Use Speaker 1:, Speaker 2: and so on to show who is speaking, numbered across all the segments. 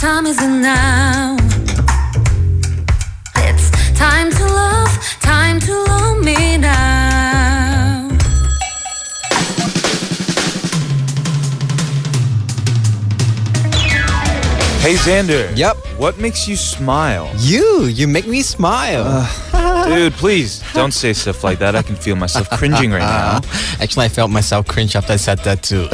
Speaker 1: time is it now? It's time to love, time to love me now.
Speaker 2: Hey Xander.
Speaker 3: Yep.
Speaker 2: What makes you smile?
Speaker 3: You, you make me smile.
Speaker 2: Uh. Dude, please don't say stuff like that. I can feel myself cringing right now.
Speaker 3: Actually, I felt myself cringe after I said that too.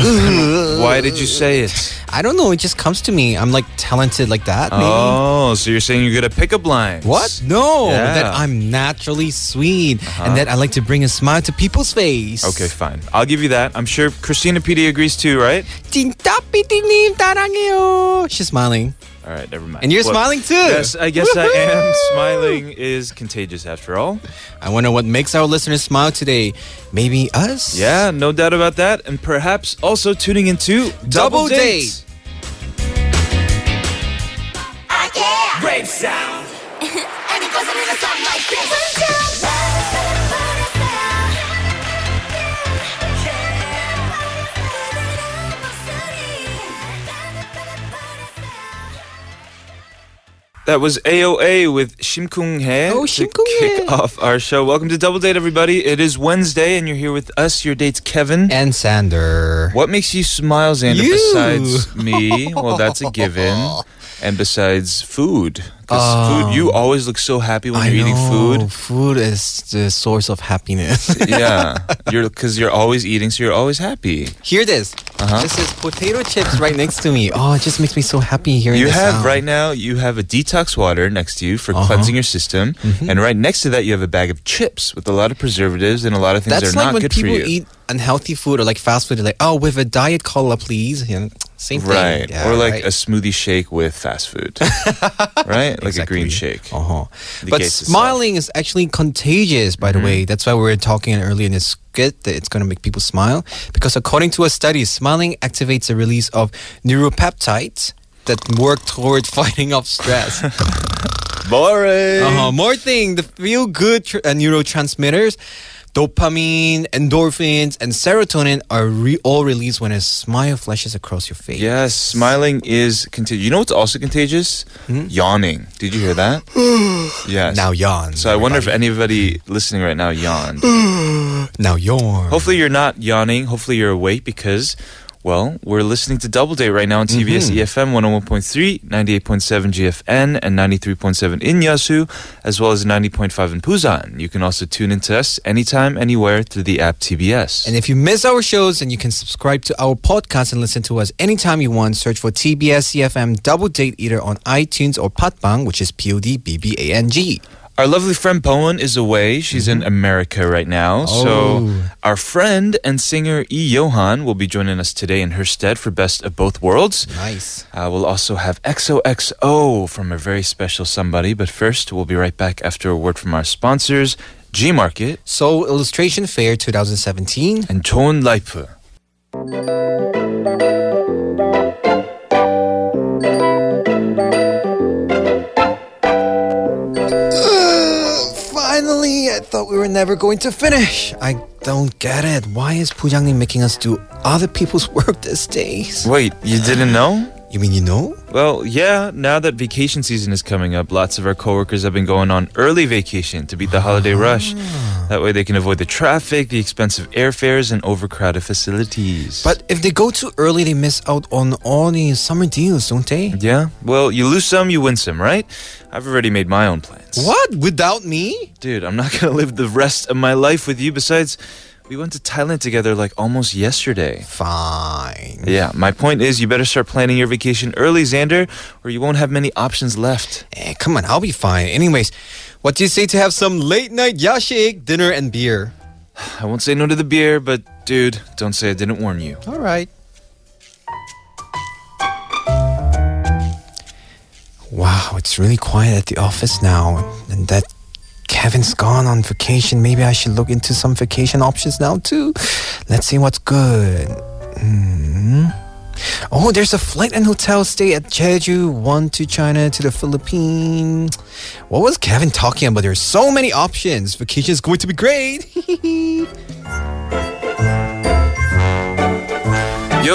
Speaker 2: Why did you say it?
Speaker 3: I don't know. It just comes to me. I'm like talented like that. Maybe.
Speaker 2: Oh, so you're saying you're good at pickup lines?
Speaker 3: What? No,
Speaker 2: Yeah. Uh-huh.
Speaker 3: that I'm naturally sweet and that I like to bring a smile to people's face.
Speaker 2: Okay, fine. I'll give you that. I'm sure Christina PD agrees too, right?
Speaker 3: 진짜 삐띠님 사랑해요. She's smiling.
Speaker 2: All right, never mind.
Speaker 3: And you're smiling too.
Speaker 2: Yes, I guess I am.
Speaker 3: Woohoo!
Speaker 2: Smiling is contagious after all.
Speaker 3: I wonder what makes our listeners smile today. Maybe us?
Speaker 2: Yeah, no doubt about that. And perhaps also tuning into
Speaker 3: Double Date.
Speaker 2: That was AOA with Shim Kung Hae
Speaker 3: Oh,
Speaker 2: to
Speaker 3: Shim Kung Hae.
Speaker 2: kick off our show. Welcome to Double Date, everybody. It is Wednesday, and you're here with us. Your date's Kevin.
Speaker 3: And Sander.
Speaker 2: What makes you smile, Xander,
Speaker 3: You.
Speaker 2: besides me? Well, that's a given. And besides food. Because food, you always look so happy when
Speaker 3: Uh, I
Speaker 2: you're eating
Speaker 3: know.
Speaker 2: food.
Speaker 3: Food is the source of happiness.
Speaker 2: yeah. You're because you're always eating, so you're always happy.
Speaker 3: Hear this.
Speaker 2: Uh-huh.
Speaker 3: This is potato chips right next to me. Oh, it just makes me so happy hearing
Speaker 2: You
Speaker 3: this Uh-huh.
Speaker 2: have
Speaker 3: sound.
Speaker 2: right now you have a detox water next to you for cleansing your system.
Speaker 3: Mm-hmm.
Speaker 2: And right next to that you have a bag of chips with a lot of preservatives and a lot of things
Speaker 3: That's
Speaker 2: that are not
Speaker 3: like when
Speaker 2: good for
Speaker 3: people
Speaker 2: you.
Speaker 3: eat unhealthy food or like fast food. They're like, oh, with a diet cola, please. You know, same thing.
Speaker 2: Right.
Speaker 3: Yeah,
Speaker 2: or like
Speaker 3: right.
Speaker 2: a smoothie shake with fast food. right? Like a green shake.
Speaker 3: Uh-huh.
Speaker 2: The
Speaker 3: But
Speaker 2: case Mm-hmm. itself.
Speaker 3: smiling is actually contagious, by the way. That's why we were talking earlier in this skit that it's going to make people smile. Because according to a study, smiling activates the release of neuropeptides that work toward fighting off stress.
Speaker 2: Boring.
Speaker 3: uh-huh. More thing, the feel-good tr- uh, neurotransmitters, dopamine, endorphins, and serotonin are re- all released when a smile flashes across your face.
Speaker 2: Yes, smiling is contagious. You know what's also contagious? Yawning. Did you hear that? yes.
Speaker 3: Hmm? Now yawn.
Speaker 2: so I wonder if anybody listening right now yawned.
Speaker 3: Now yawn.
Speaker 2: Hopefully you're not yawning. Hopefully you're awake because, well, we're listening to Double Day right now on TBS EFM 101.3, 98.7 GFN, and 93.7 in Yasu, as well as 90.5 in Busan. You can also tune into us anytime, anywhere through the app TBS.
Speaker 3: And if you miss our shows, then you can subscribe to our podcast and listen to us anytime you want. Search for TBS EFM Double Date either on iTunes or Patbang, which is P O D B B A N G.
Speaker 2: Our lovely friend Bowen is away. She's in America right now. So our friend and singer E. Johan will be joining us today in her stead for Best of Both Worlds.
Speaker 3: Nice.
Speaker 2: Uh, we'll also have XOXO from a very special somebody. But first, we'll be right back after a word from our sponsors, G Market
Speaker 3: So, Illustration Fair 2017.
Speaker 2: and Tone Life.
Speaker 3: Finally, I thought we were never going to finish. I don't get it. Why is Pujangni making us do other people's work these days?
Speaker 2: Wait, you didn't know?
Speaker 3: You mean you know?
Speaker 2: Well, yeah, now that vacation season is coming up, lots of our coworkers have been going on early vacation to beat the holiday rush. That way they can avoid the traffic, the expensive airfares, and overcrowded facilities.
Speaker 3: But if they go too early, they miss out on all the summer deals, don't they?
Speaker 2: yeah, well, you lose some, you win some, right? I've already made my own plans.
Speaker 3: What? Without me?
Speaker 2: Dude, I'm not gonna live the rest of my life with you. Besides, we went to Thailand together like almost yesterday.
Speaker 3: Fine.
Speaker 2: Yeah, my point is you better start planning your vacation early, Xander, or you won't have many options left.
Speaker 3: Eh, come on, I'll be fine. Anyways, what do you say to have some late night yashik, dinner, and beer?
Speaker 2: I won't say no to the beer, but dude, don't say I didn't warn you.
Speaker 3: All right. Wow, it's really quiet at the office now. And that Kevin's gone on vacation. Maybe I should look into some vacation options now, too. Let's see what's good. Hmm. Oh, there's a flight and hotel stay at Jeju, one to China to the Philippines. What was Kevin talking about? There's so many options. Vacation is going to be great.
Speaker 2: Yo,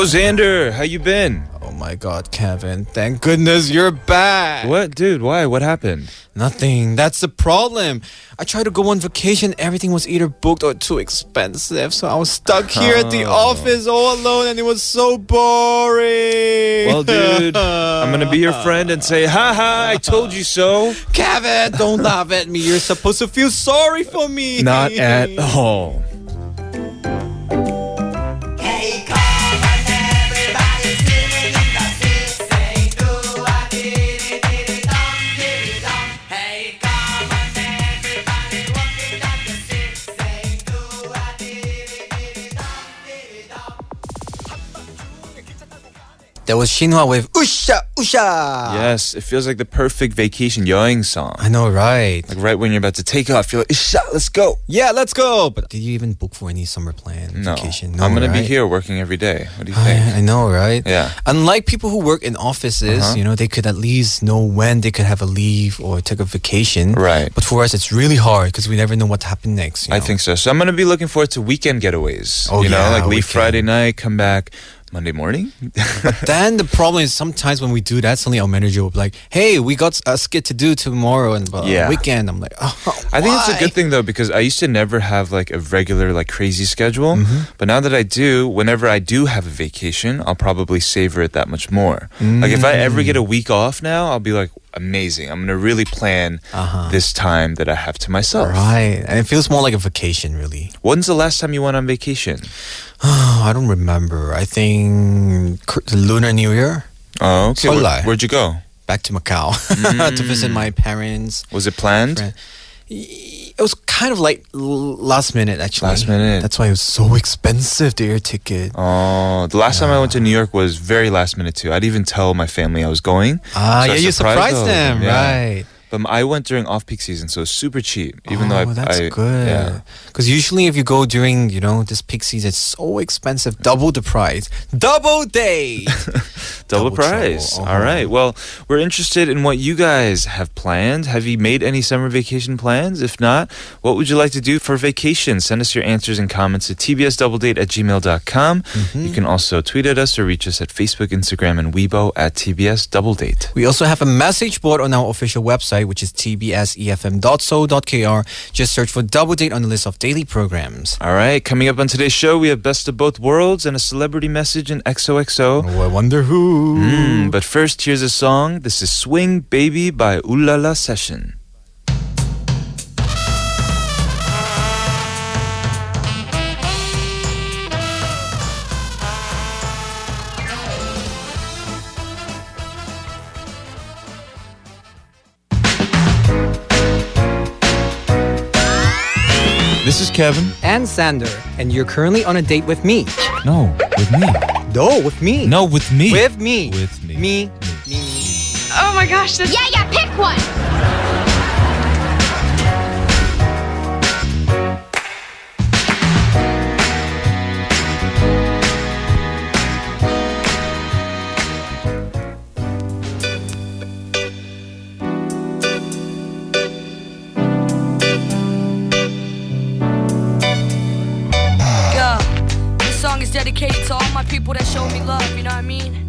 Speaker 2: Xander, how you been?
Speaker 3: Oh my God, Kevin. Thank goodness you're back.
Speaker 2: What, dude? Why? What happened?
Speaker 3: Nothing. That's the problem. I tried to go on vacation. Everything was either booked or too expensive. So I was stuck here at the
Speaker 2: Oh.
Speaker 3: office all alone and it was so boring.
Speaker 2: Well, dude, I'm gonna be your friend and say, "Ha ha! I told you so."
Speaker 3: Kevin, don't laugh at me. You're supposed to feel sorry for me.
Speaker 2: Not at all.
Speaker 3: That was Shinhwa with Usha Usha.
Speaker 2: Yes, it feels like the perfect vacation yelling song.
Speaker 3: I know, right?
Speaker 2: Like right when you're about to take off, you're like, "Isha, let's go."
Speaker 3: Yeah, let's go. But did you even book for any summer plan
Speaker 2: No,
Speaker 3: vacation?
Speaker 2: I'm gonna be
Speaker 3: right?
Speaker 2: here working every day. What do you think?
Speaker 3: I, I know, right?
Speaker 2: Yeah. Uh-huh.
Speaker 3: Unlike people who work in offices, you know, they could at least know when they could have a leave or take a vacation.
Speaker 2: Right.
Speaker 3: But for us, it's really hard because we never know what happened next. you
Speaker 2: I
Speaker 3: know?
Speaker 2: think so. So I'm gonna be looking forward to weekend getaways.
Speaker 3: Oh,
Speaker 2: you know,
Speaker 3: yeah,
Speaker 2: like leave
Speaker 3: weekend.
Speaker 2: Friday night, come back Monday morning.
Speaker 3: Then the problem is sometimes when we do that, suddenly our manager will be like, "Hey, we got a skit to do tomorrow and uh,
Speaker 2: Yeah.
Speaker 3: weekend." I'm like, "Oh,
Speaker 2: I think it's a
Speaker 3: why?"
Speaker 2: good thing though because I used to never have like a regular like crazy schedule,
Speaker 3: Mm-hmm.
Speaker 2: but now that I do, whenever I do have a vacation, I'll probably savor it that much more. Like if I ever get a
Speaker 3: Mm.
Speaker 2: week off now, I'll be like amazing. I'm going to really plan this time that I have to myself.
Speaker 3: Uh-huh. Right, and it feels more like a vacation, really.
Speaker 2: When's the last time you went on vacation?
Speaker 3: Oh, I don't remember. I think cr- the Lunar New Year,
Speaker 2: Oh, okay. Where,
Speaker 3: Seoul.
Speaker 2: where'd you go?
Speaker 3: back to Macau to visit
Speaker 2: Mm.
Speaker 3: my parents.
Speaker 2: Was it planned?
Speaker 3: Friend. It was kind of like l- last minute, actually.
Speaker 2: Last minute.
Speaker 3: That's why it was so expensive, the air ticket.
Speaker 2: Oh, the last time I went to New York was very last minute too. I'd even tell my family I was going.
Speaker 3: Ah,
Speaker 2: So I
Speaker 3: yeah, you surprised them,
Speaker 2: yeah.
Speaker 3: right?
Speaker 2: But I went during off-peak season, so it's super cheap. Even
Speaker 3: oh,
Speaker 2: though I,
Speaker 3: that's
Speaker 2: I-
Speaker 3: good.
Speaker 2: yeah.
Speaker 3: Because usually, if you go during, you know, this peak season, it's so expensive, double the price, double day.
Speaker 2: double,
Speaker 3: Double
Speaker 2: price.
Speaker 3: trouble.
Speaker 2: All
Speaker 3: Uh-huh.
Speaker 2: right. Well, we're interested in what you guys have planned. Have you made any summer vacation plans? If not, what would you like to do for vacation? Send us your answers and comments at tbsdoubledate at gmail.com.
Speaker 3: Mm-hmm.
Speaker 2: You can also tweet at us or reach us at Facebook, Instagram, and Weibo at tbs double date.
Speaker 3: we also have a message board on our official website, which is E tbsefm.so.kr. Just search for double date on the list of daily programs.
Speaker 2: All right. Coming up on today's show, we have Best of Both Worlds and a celebrity message in XOXO.
Speaker 3: Oh, I wonder who.
Speaker 2: Mm, but first, here's a song. This is Swing Baby by Ulala Session. This is Kevin.
Speaker 3: And Sander, and you're currently on a date with me.
Speaker 2: No, with me.
Speaker 3: No, with me.
Speaker 2: No, with me.
Speaker 3: With me.
Speaker 2: With me.
Speaker 3: Me. me.
Speaker 4: Oh my gosh, that's
Speaker 5: Yeah, yeah, pick one.
Speaker 6: Go. This song is dedicated to all my people that show me love, you know what I mean?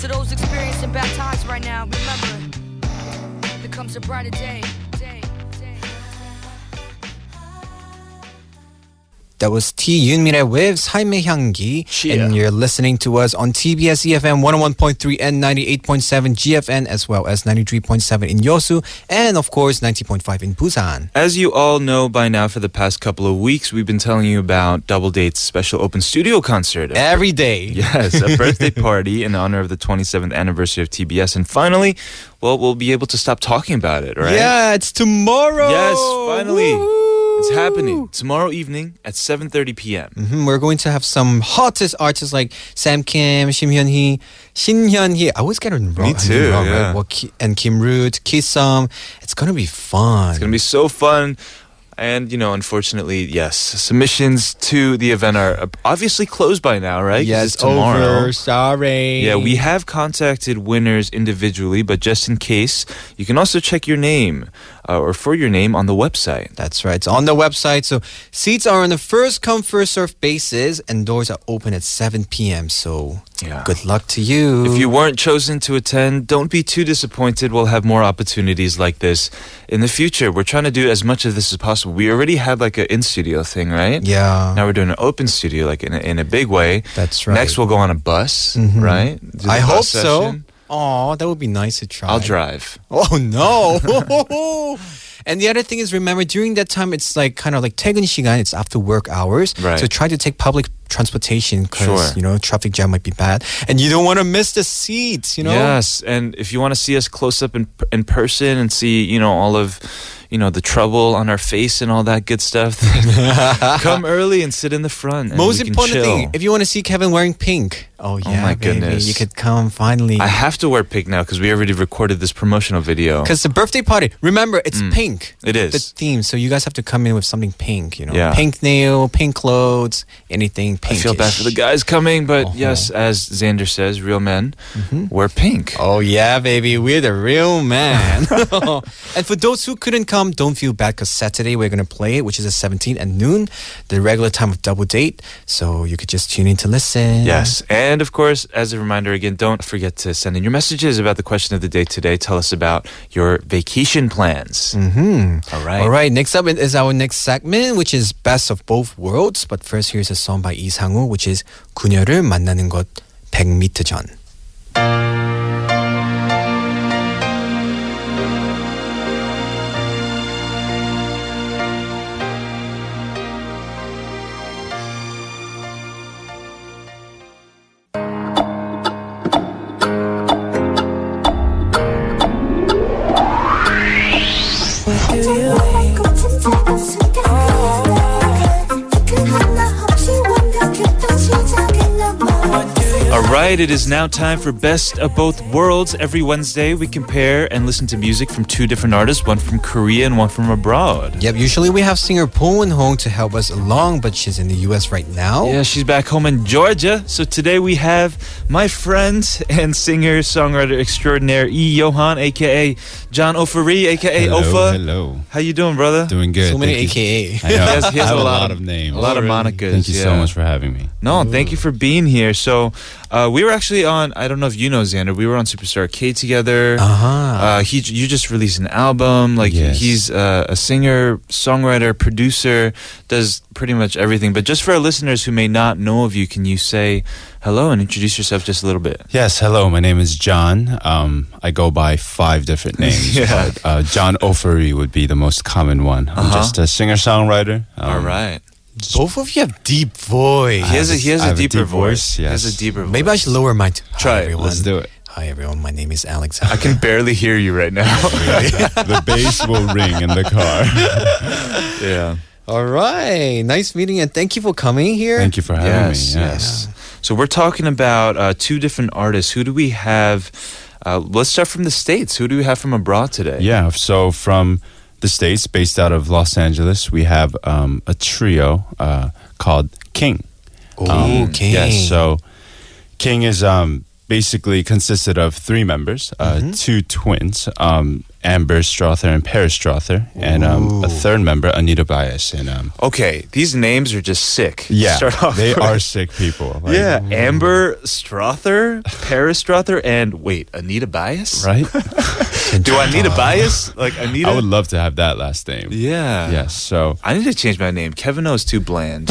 Speaker 6: To those experiencing bad times right now, remember, there comes a brighter day, day, day.
Speaker 3: That was T Yunmire with 삶의 향기. And you're listening to us on TBS EFM 101.3 and 98.7 GFN as well as 93.7 in Yosu and of course 90.5 in Busan.
Speaker 2: As you all know by now, for the past couple of weeks, we've been telling you about Double Date's special open studio concert.
Speaker 3: Every day.
Speaker 2: Yes, a birthday party in honor of the 27th anniversary of TBS. And finally, well, we'll be able to stop talking about it, right?
Speaker 3: Yeah, it's tomorrow.
Speaker 2: Yes, finally.
Speaker 3: Woo.
Speaker 2: It's happening tomorrow evening at 7.30 p.m.
Speaker 3: Mhm, We're going to have some hottest artists like Sam Kim, Shim Hyun Hee, Shin Hyun Hee. I always get it wrong.
Speaker 2: Me too,
Speaker 3: wrong,
Speaker 2: yeah.
Speaker 3: right? Well, Ki- and Kim Root, Kisum. It's gonna be fun.
Speaker 2: It's going to be so fun. And, you know, unfortunately, yes, submissions to the event are obviously closed by now, right? 'Cause
Speaker 3: yeah,
Speaker 2: it's
Speaker 3: it's
Speaker 2: tomorrow.
Speaker 3: over. Sorry.
Speaker 2: Yeah, we have contacted winners individually, but just in case, you can also check your name uh, or for your name on the website.
Speaker 3: That's right. It's on the website. So seats are on a first come, first served basis, and doors are open at 7 p.m. So
Speaker 2: Yeah.
Speaker 3: Good luck to you.
Speaker 2: If you weren't chosen to attend, don't be too disappointed. We'll have more opportunities like this in the future. We're trying to do as much of this as possible. We already had like an in studio thing, right?
Speaker 3: yeah.
Speaker 2: Now we're doing an open studio, like in a, in a big way.
Speaker 3: That's right. Mm-hmm.
Speaker 2: Next, we'll go on a bus, right? Do the
Speaker 3: I hope
Speaker 2: bus
Speaker 3: so.
Speaker 2: session.
Speaker 3: Oh, that would be nice to try.
Speaker 2: I'll drive.
Speaker 3: Oh no. and the other thing is remember during that time it's like kind of like 퇴근 시간 it's after work hours
Speaker 2: Right.
Speaker 3: so try to take public transportation cuz
Speaker 2: Sure.
Speaker 3: you know traffic jam might be bad and you don't want to miss the seats you know
Speaker 2: Yes, and if you want to see us close up in in person and see, you know, all of, you know, the trouble on our face and all that good stuff, then come early and sit in the front. and
Speaker 3: most
Speaker 2: we can
Speaker 3: important
Speaker 2: chill.
Speaker 3: thing if you want to see Kevin wearing pink oh yeah
Speaker 2: my
Speaker 3: baby,
Speaker 2: goodness.
Speaker 3: you could come finally
Speaker 2: I have to wear pink now because we already recorded this promotional video.
Speaker 3: cuz the birthday party remember it's pink
Speaker 2: Mm. It is.
Speaker 3: the theme so you guys have to come in with something pink you know
Speaker 2: Yeah.
Speaker 3: pink nail pink clothes anything
Speaker 2: I
Speaker 3: pink
Speaker 2: feel bad for the guys coming, but
Speaker 3: Uh-huh.
Speaker 2: yes, as Xander says, real men wear pink.
Speaker 3: Oh yeah, baby, we're the real man. and for those who couldn't come, don't feel bad because Saturday we're gonna play it, which is the 17th at noon, the regular time of double date. So you could just tune in to listen.
Speaker 2: Yes. And of course, as a reminder again, don't forget to send in your messages about the question of the day today. Tell us about your vacation plans. Mm-hmm. All right.
Speaker 3: Mm. All right. Next up is our next segment, which is best of both worlds. But first, here's a song by 이상우, which is 그녀를 만나는 것 100m 전.
Speaker 2: All right, it is now time for Best of Both Worlds. Every Wednesday, we compare and listen to music from two different artists, one from Korea and one from abroad.
Speaker 3: Yep. Usually we have singer Bowen Hong to help us along, but she's in the U.S. right now.
Speaker 2: Yeah, she's back home in Georgia. So today we have my friend and singer songwriter extraordinaire E. Johan, aka John Ofori, aka
Speaker 4: Hello,
Speaker 2: Ofa.
Speaker 4: hello.
Speaker 2: How you doing, brother?
Speaker 4: Doing good.
Speaker 3: So many
Speaker 4: Thank you.
Speaker 3: AKA.
Speaker 4: I know.
Speaker 2: He has- he has
Speaker 4: I have
Speaker 2: a
Speaker 4: a
Speaker 2: lot
Speaker 4: lot
Speaker 2: of-
Speaker 4: of, names.
Speaker 2: a lot of monikers,
Speaker 4: Thank you so
Speaker 2: yeah.
Speaker 4: much for having me.
Speaker 2: No, thank you for being here. So, uh, we were actually on. I don't know if you know Xander. We were on Superstar K together.
Speaker 3: Uh-huh.
Speaker 2: Uh, he, you just released an album. Like
Speaker 4: Ah. Yes.
Speaker 2: he's uh, a singer, songwriter, producer, does pretty much everything. But just for our listeners who may not know of you, can you say hello and introduce yourself just a little bit?
Speaker 4: Yes, hello. My name is John. Um, I go by five different names.
Speaker 2: Yeah.
Speaker 4: but, uh, John Offery would be the most common one. I'm just a Um, singer songwriter.
Speaker 2: Uh-huh. All right.
Speaker 3: Both of you have deep voice.
Speaker 2: He has a,
Speaker 4: have
Speaker 2: he
Speaker 4: a-
Speaker 2: has
Speaker 4: I
Speaker 2: a
Speaker 4: have a
Speaker 2: deeper
Speaker 4: deep
Speaker 2: voice.
Speaker 4: voice,
Speaker 2: He has
Speaker 4: yes.
Speaker 2: a deeper voice.
Speaker 3: Maybe I should lower my.
Speaker 2: Try it.
Speaker 3: Hi, everyone.
Speaker 4: Let's do it.
Speaker 3: Hi everyone. My name is Alex.
Speaker 2: I can barely hear you right now.
Speaker 4: the bass will ring in the car.
Speaker 2: yeah.
Speaker 3: All right. Nice meeting and thank you for coming here.
Speaker 4: Thank you for having
Speaker 2: Yes,
Speaker 4: me.
Speaker 2: yes. So we're talking about uh, two different artists. Who do we have? Uh, let's start from the states. Who do we have from abroad today?
Speaker 4: Yeah. So from the States, based out of Los Angeles, we have um, a trio uh, called King.
Speaker 3: Oh, King.
Speaker 4: Um, Yes. So King is um, basically consisted of three members, uh,
Speaker 2: Mm-hmm.
Speaker 4: two twins, um, Amber Strother and Paris Strother, and um, a third member, Anita Bias. And um,
Speaker 2: Okay, these names are just sick. to
Speaker 4: yeah,
Speaker 2: start off
Speaker 4: they
Speaker 2: with.
Speaker 4: are sick people. like,
Speaker 2: yeah, Amber Strother, Paris Strother, and wait, Anita Bias.
Speaker 4: Right.
Speaker 2: Do I need a bias? Like Anita?
Speaker 4: I would love to have that last name.
Speaker 2: yeah.
Speaker 4: Yes. So.
Speaker 2: I need to change my name. Kevin O is too bland.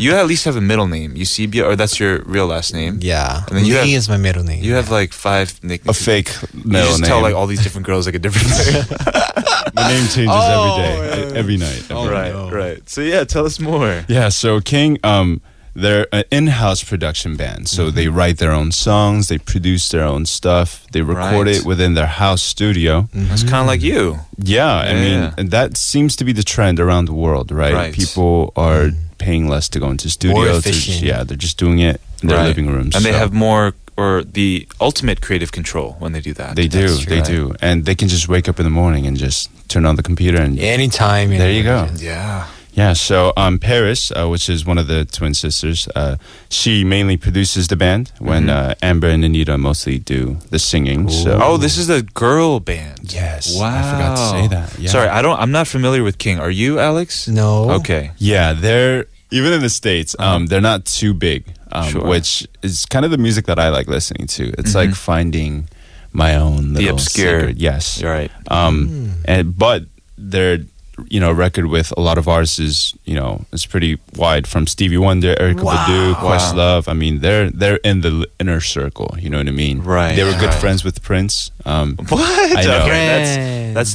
Speaker 2: you at least have a middle name, Eusebia, or that's your real last name.
Speaker 3: Yeah.
Speaker 2: And then you
Speaker 3: Lee
Speaker 2: have-
Speaker 3: is my middle name.
Speaker 2: You have like five
Speaker 4: A
Speaker 2: nicknames.
Speaker 4: fake
Speaker 2: You
Speaker 4: middle
Speaker 2: just
Speaker 4: name.
Speaker 2: tell like all these different girls like a different name.
Speaker 4: the name changes every day, e- every night. every night.
Speaker 2: Oh, right, right. So yeah, tell us more.
Speaker 4: Yeah, so King, um, they're an in-house production band, so
Speaker 2: Mm-hmm.
Speaker 4: they write their own songs, they produce their own stuff, they record
Speaker 2: Right.
Speaker 4: it within their house studio.
Speaker 2: It's kind of like you.
Speaker 4: Yeah, I
Speaker 2: Yeah.
Speaker 4: mean, and that seems to be the trend around the world, right?
Speaker 2: Right.
Speaker 4: People are paying less to go into studios. They're just-
Speaker 3: efficient.
Speaker 4: yeah, they're just doing it in their
Speaker 2: Right.
Speaker 4: living rooms,
Speaker 2: And they
Speaker 4: so-
Speaker 2: have more or the ultimate creative control when they do that.
Speaker 4: They do,
Speaker 3: That's true.
Speaker 4: they do, and they can just wake up in the morning and just turn on the computer and
Speaker 3: Anytime.
Speaker 4: there you go.
Speaker 2: Yeah.
Speaker 4: Yeah, so um, Paris, uh, which is one of the twin sisters, uh, she mainly produces the band when uh, Amber and Anita mostly do the singing. So
Speaker 2: Mm-hmm. Oh, this is the girl band.
Speaker 4: Yes.
Speaker 2: Wow.
Speaker 4: I forgot to say that. Yeah.
Speaker 2: Sorry, I don't I'm not familiar with King. Are you, Alex?
Speaker 3: No.
Speaker 2: Okay.
Speaker 4: yeah, they're even in the states. Um, they're not too big. um,
Speaker 2: Uh-huh. Sure.
Speaker 4: which is kind of the music that I like listening to. It's like finding my
Speaker 2: Mm-hmm.
Speaker 4: own
Speaker 2: The
Speaker 4: little
Speaker 2: obscure.
Speaker 4: secret. Yes,
Speaker 2: You're right.
Speaker 4: um,
Speaker 2: Hmm.
Speaker 4: and but their you know record with a lot of artists is you know it's pretty wide from Stevie Wonder, Erica Badu, Questlove. I mean, they're they're in the l- inner circle. You know what I mean?
Speaker 2: Right,
Speaker 4: They were good
Speaker 2: right.
Speaker 4: friends with Prince. Um,
Speaker 2: What?
Speaker 4: I know.
Speaker 2: Okay, that's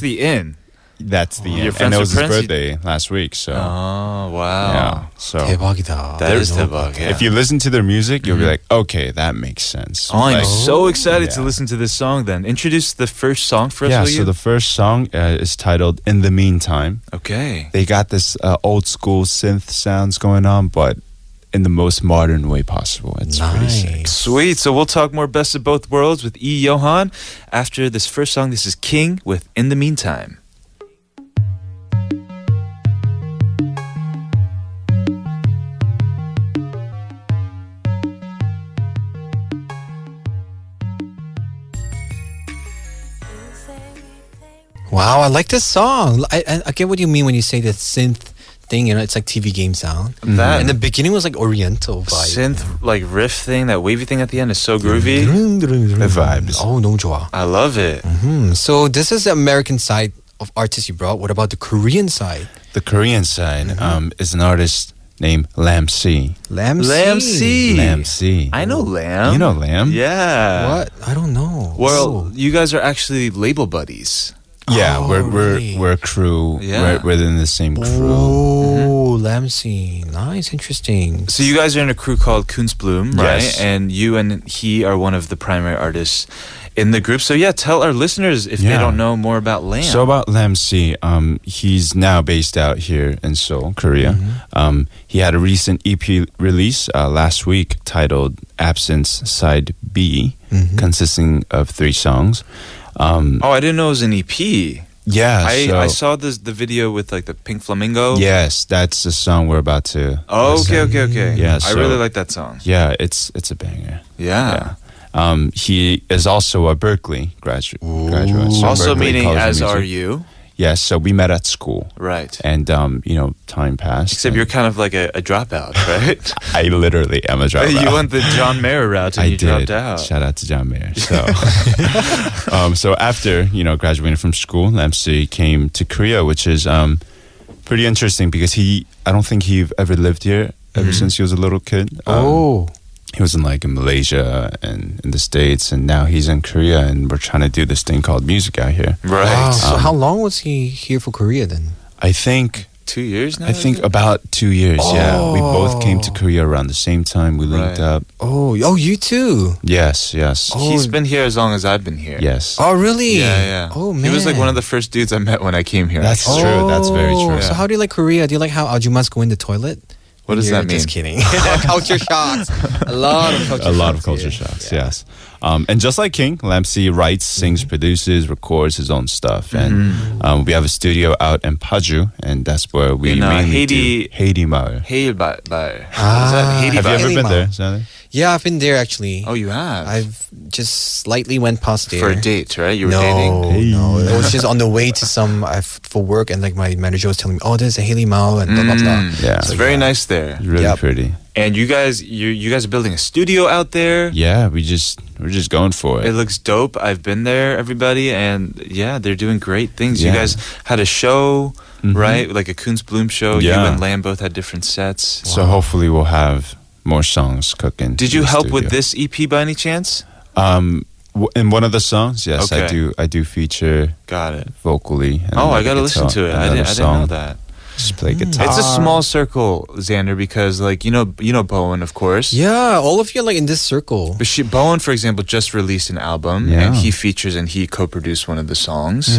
Speaker 2: that's the in.
Speaker 4: that's the
Speaker 2: Your friends
Speaker 4: end. And it
Speaker 2: with
Speaker 4: was his
Speaker 2: Prince, you-
Speaker 4: birthday last week. So
Speaker 2: Oh
Speaker 4: yeah,
Speaker 2: wow.
Speaker 4: so.
Speaker 3: 대박이다.
Speaker 2: That is
Speaker 3: 너무
Speaker 2: 대박. Yeah. Mm-hmm.
Speaker 4: If you listen to their music, you'll be like, okay, that makes sense.
Speaker 2: Oh, I'm
Speaker 4: Like-
Speaker 2: so excited to
Speaker 4: Yeah.
Speaker 2: listen to this song. Then introduce the first song for us. will
Speaker 4: Yeah,
Speaker 2: you?
Speaker 4: so the first song uh, is titled In the Meantime.
Speaker 2: okay.
Speaker 4: They got this uh, old school synth sounds going on, but in the most modern way possible. It's pretty sick.
Speaker 3: Nice.
Speaker 2: Sweet. So we'll talk more best of both worlds with E. Johan after this first song. This is King with In the Meantime.
Speaker 3: Wow, I like this song. I, I, I get what you mean when you say that synth thing. You know, it's like TV game sound.
Speaker 4: Mm-hmm.
Speaker 2: That-
Speaker 3: and the beginning was like Oriental vibe.
Speaker 2: Synth like riff thing, that wavy thing at the end is so groovy.
Speaker 3: The
Speaker 4: vibes.
Speaker 3: Oh, 너무 좋아.
Speaker 2: I love it.
Speaker 3: Hmm. So this is the American side of artists you brought. What about the Korean side?
Speaker 4: The Korean side
Speaker 3: Mm-hmm.
Speaker 4: um, is an artist named Lam C.
Speaker 3: Lam
Speaker 2: Lam
Speaker 3: C.
Speaker 2: C.
Speaker 4: Lam C.
Speaker 2: I know Lamb.
Speaker 4: You know Oh. Lam?
Speaker 2: Yeah.
Speaker 3: What? I don't know.
Speaker 2: Well, you guys are actually label buddies.
Speaker 4: Yeah,
Speaker 3: Oh,
Speaker 4: we're, we're,
Speaker 3: really?
Speaker 4: we're a crew.
Speaker 2: Yeah.
Speaker 4: We're, we're in the same
Speaker 3: oh,
Speaker 4: crew.
Speaker 3: Lam C. Nice, interesting.
Speaker 2: So you guys are in a crew called Kunstblum, right?
Speaker 4: Yes.
Speaker 2: And you and he are one of the primary artists in the group. So yeah, tell our listeners if they
Speaker 4: Yeah.
Speaker 2: don't know more about Lamb.
Speaker 4: So about Lam C, um, he's now based out here in Seoul, Korea.
Speaker 3: Mm-hmm.
Speaker 4: Um, he had a recent EP release uh, last week titled "Absence Side B,"
Speaker 3: Mm-hmm.
Speaker 4: consisting of three songs. Um,
Speaker 2: oh, I didn't know it was an EP.
Speaker 4: yeah,
Speaker 2: I,
Speaker 4: so-
Speaker 2: I saw this the video with like the pink flamingo.
Speaker 4: Yes, that's the song we're about to.
Speaker 2: Oh, okay,
Speaker 4: listen.
Speaker 2: okay, okay.
Speaker 4: Yeah,
Speaker 2: I
Speaker 4: so-
Speaker 2: really like that song.
Speaker 4: Yeah, it's it's a banger.
Speaker 2: Yeah.
Speaker 4: Um, he is also a Berkeley gradu- graduate. so
Speaker 2: Also,
Speaker 4: Berklee
Speaker 2: meaning
Speaker 4: College of
Speaker 2: as are
Speaker 4: Music.
Speaker 2: you,
Speaker 4: Yes, so we met at school,
Speaker 2: right?
Speaker 4: and um, you know, time passed.
Speaker 2: Except
Speaker 4: and-
Speaker 2: you're kind of like a, a dropout, right?
Speaker 4: I literally am a dropout.
Speaker 2: you went the John Mayer route, and
Speaker 4: I
Speaker 2: you
Speaker 4: did.
Speaker 2: dropped out.
Speaker 4: Shout out to John Mayer. So, um, so after you know graduating from school, Lamsi came to Korea, which is um, pretty interesting because he I don't think he ever lived here
Speaker 2: Mm-hmm.
Speaker 4: ever since he was a little kid. Um,
Speaker 3: oh,
Speaker 4: he was in like in Malaysia and in the states, and now he's in Korea, and we're trying to do this thing called music out here.
Speaker 2: Right.
Speaker 3: wow. so how long was he here for Korea then?
Speaker 4: I think
Speaker 2: Two years now.
Speaker 4: I think about two years. Yeah, we both came to Korea around the same time. We linked
Speaker 2: Oh. Right.
Speaker 4: up.
Speaker 3: Oh, oh, you too.
Speaker 4: Yes, yes,
Speaker 2: he's
Speaker 3: Oh.
Speaker 2: been here as long as I've been here.
Speaker 4: yes.
Speaker 3: Oh, really?
Speaker 2: Yeah, yeah.
Speaker 3: Oh man,
Speaker 2: He was like one of the first dudes I met when I came here.
Speaker 4: That's
Speaker 2: actually.
Speaker 4: true. That's very
Speaker 3: Oh,
Speaker 4: true.
Speaker 3: So, how do you like Korea? Do you like how Ajumas go in the toilet?
Speaker 2: What does
Speaker 3: You're
Speaker 2: that
Speaker 3: Just
Speaker 2: mean?
Speaker 3: kidding. culture shocks. A lot of culture.
Speaker 4: a lot
Speaker 3: shocks,
Speaker 4: of culture
Speaker 3: yeah.
Speaker 4: shocks. Yes, um, and just like King, Lamsi writes, sings,
Speaker 2: Mm-hmm.
Speaker 4: produces, records his own stuff, and um, we have a studio out in Paju, and that's where we
Speaker 2: In, uh,
Speaker 4: mainly
Speaker 2: Haiti-
Speaker 4: do Haiti Maor.
Speaker 2: Hail by by.
Speaker 3: Ah.
Speaker 2: Haiti
Speaker 4: Have you
Speaker 2: by?
Speaker 4: ever
Speaker 3: Haiti
Speaker 4: been
Speaker 3: Maor.
Speaker 4: there? Sally?
Speaker 3: Yeah, I've been there actually.
Speaker 2: Oh, you have.
Speaker 3: I've just slightly went past there
Speaker 2: for a date, right? You were
Speaker 3: No,
Speaker 2: dating.
Speaker 3: no, it was just on the way to some I f- for work, and like my manager was telling me, "Oh, there's a Haley Mao and blah blah blah."
Speaker 2: Mm.
Speaker 4: Yeah.
Speaker 2: It's very nice there.
Speaker 4: Really
Speaker 3: Yep.
Speaker 4: pretty.
Speaker 2: And you guys, you you guys are building a studio out there.
Speaker 4: Yeah, we just we're just going for
Speaker 2: It
Speaker 4: it.
Speaker 2: looks dope. I've been there, everybody, and yeah, they're doing great things. You
Speaker 4: Yeah. Mm-hmm.
Speaker 2: guys had a show, right? Like a Kunz Bloom show. You
Speaker 4: Yeah.
Speaker 2: and Lamb both had different sets.
Speaker 4: So hopefully we'll have more songs cooking.
Speaker 2: Did
Speaker 4: in
Speaker 2: you
Speaker 4: the
Speaker 2: help with
Speaker 4: studio.
Speaker 2: this EP by any chance?
Speaker 4: Um, w- in one of the songs, yes,
Speaker 2: Okay.
Speaker 4: I do. I do feature
Speaker 2: Got it.
Speaker 4: vocally. and
Speaker 2: Oh, I
Speaker 4: another
Speaker 2: gotta listen to
Speaker 4: guitar-
Speaker 2: it. I
Speaker 4: another
Speaker 2: didn't, I didn't know
Speaker 4: song.
Speaker 2: that. Mm.
Speaker 4: Just play guitar.
Speaker 2: It's a small circle, Xander, because like you know, you know Bowen, of course.
Speaker 3: Yeah, all of you are like in this circle.
Speaker 2: But she, Bowen, for example, just released an album,
Speaker 4: Yeah.
Speaker 2: and he features and he co-produced one of the songs.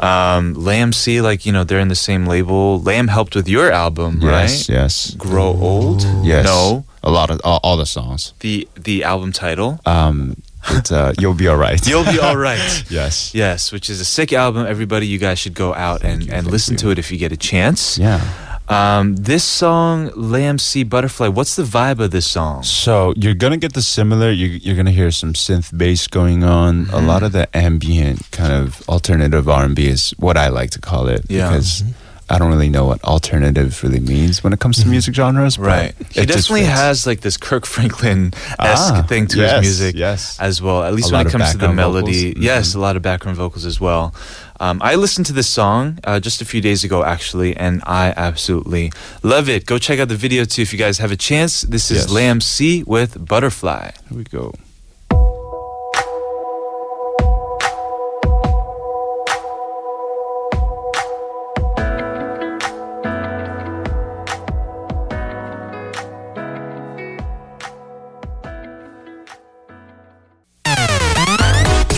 Speaker 2: Um, Lamb C, like you know, they're in the same label. Lamb helped with your album,
Speaker 4: Yes,
Speaker 2: right?
Speaker 4: yes,
Speaker 2: Grow old.
Speaker 4: yes.
Speaker 2: No,
Speaker 4: a lot of all, all the songs.
Speaker 2: the the album title.
Speaker 4: Um, it, uh, you'll be all right.
Speaker 2: You'll be all right.
Speaker 4: yes.
Speaker 2: Yes, which is a sick album. Everybody, you guys should go out and,
Speaker 4: you,
Speaker 2: and
Speaker 4: thank
Speaker 2: listen
Speaker 4: you.
Speaker 2: to it if you get a chance.
Speaker 4: Yeah.
Speaker 2: Um, this song, Lamb C Butterfly, what's the vibe of this song?
Speaker 4: So you're gonna get the similar. You, you're gonna hear some synth bass going on. A lot of the ambient kind of alternative R and B is what I like to call it
Speaker 2: Yeah.
Speaker 4: because I don't really know what alternative really means when it comes to music genres. but
Speaker 2: Right. He
Speaker 4: it just
Speaker 2: definitely
Speaker 4: fits.
Speaker 2: has like this Kirk Franklin esque
Speaker 4: Ah,
Speaker 2: thing to
Speaker 4: yes,
Speaker 2: his music
Speaker 4: yes.
Speaker 2: as well, at least
Speaker 4: A
Speaker 2: when it
Speaker 4: lot of
Speaker 2: comes to the
Speaker 4: background
Speaker 2: melody.
Speaker 4: vocals. Mm-hmm.
Speaker 2: Yes, a lot of background vocals as well. Um, I listened to this song uh, just a few days ago, actually, and I absolutely love it. Go check out the video too if you guys have a chance. This is
Speaker 4: Yes.
Speaker 2: Lamb C with Butterfly.
Speaker 4: Here we go.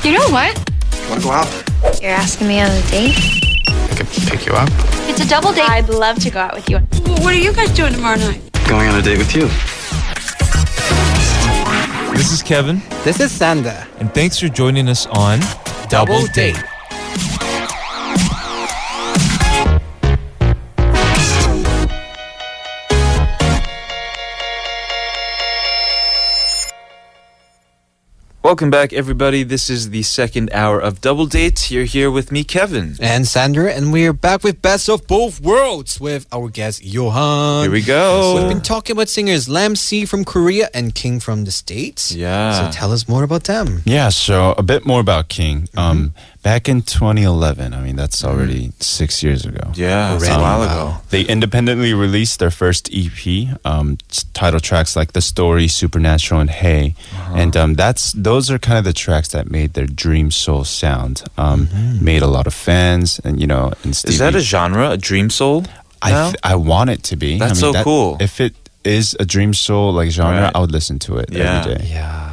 Speaker 5: You know what?
Speaker 7: Want to go out?
Speaker 8: You're asking me on a date?
Speaker 7: I could pick you up.
Speaker 5: It's a double date. I'd love to go out with you.
Speaker 6: What are you guys doing tomorrow night?
Speaker 7: Going on a date with you.
Speaker 2: This is Kevin,
Speaker 3: This is Sander.
Speaker 2: and thanks for joining us on
Speaker 3: Double Date.
Speaker 2: Welcome back, everybody. This is the second hour of Double Date. You're here with me, Kevin.
Speaker 3: And Sander, and we're back with Best of Both Worlds with our guest, Johan.
Speaker 2: Here we go.
Speaker 3: We've been talking about singers Lam C from Korea and King from the States.
Speaker 2: Yeah.
Speaker 3: So tell us more about them.
Speaker 4: Yeah, so a bit more about King. Um, back in 2011, I mean, that's already six years ago.
Speaker 2: Yeah, it's a
Speaker 4: Already.
Speaker 2: while
Speaker 3: Wow.
Speaker 2: ago.
Speaker 4: They independently released their first EP, um, s- title tracks like "The Story," "Supernatural," and "Hey,"
Speaker 2: Uh-huh.
Speaker 4: and um, that's those are kind of the tracks that made their dream soul sound. Um, Made a lot of fans, and you know, and Stevie,
Speaker 2: Mm-hmm. Is that a genre, a dream soul?
Speaker 4: I
Speaker 2: now?
Speaker 4: th- I want it to be.
Speaker 2: That's
Speaker 4: I
Speaker 2: so cool.
Speaker 4: If it is a dream soul like genre,
Speaker 2: Right.
Speaker 4: I would listen to it
Speaker 2: Yeah.
Speaker 4: every day.
Speaker 3: Yeah.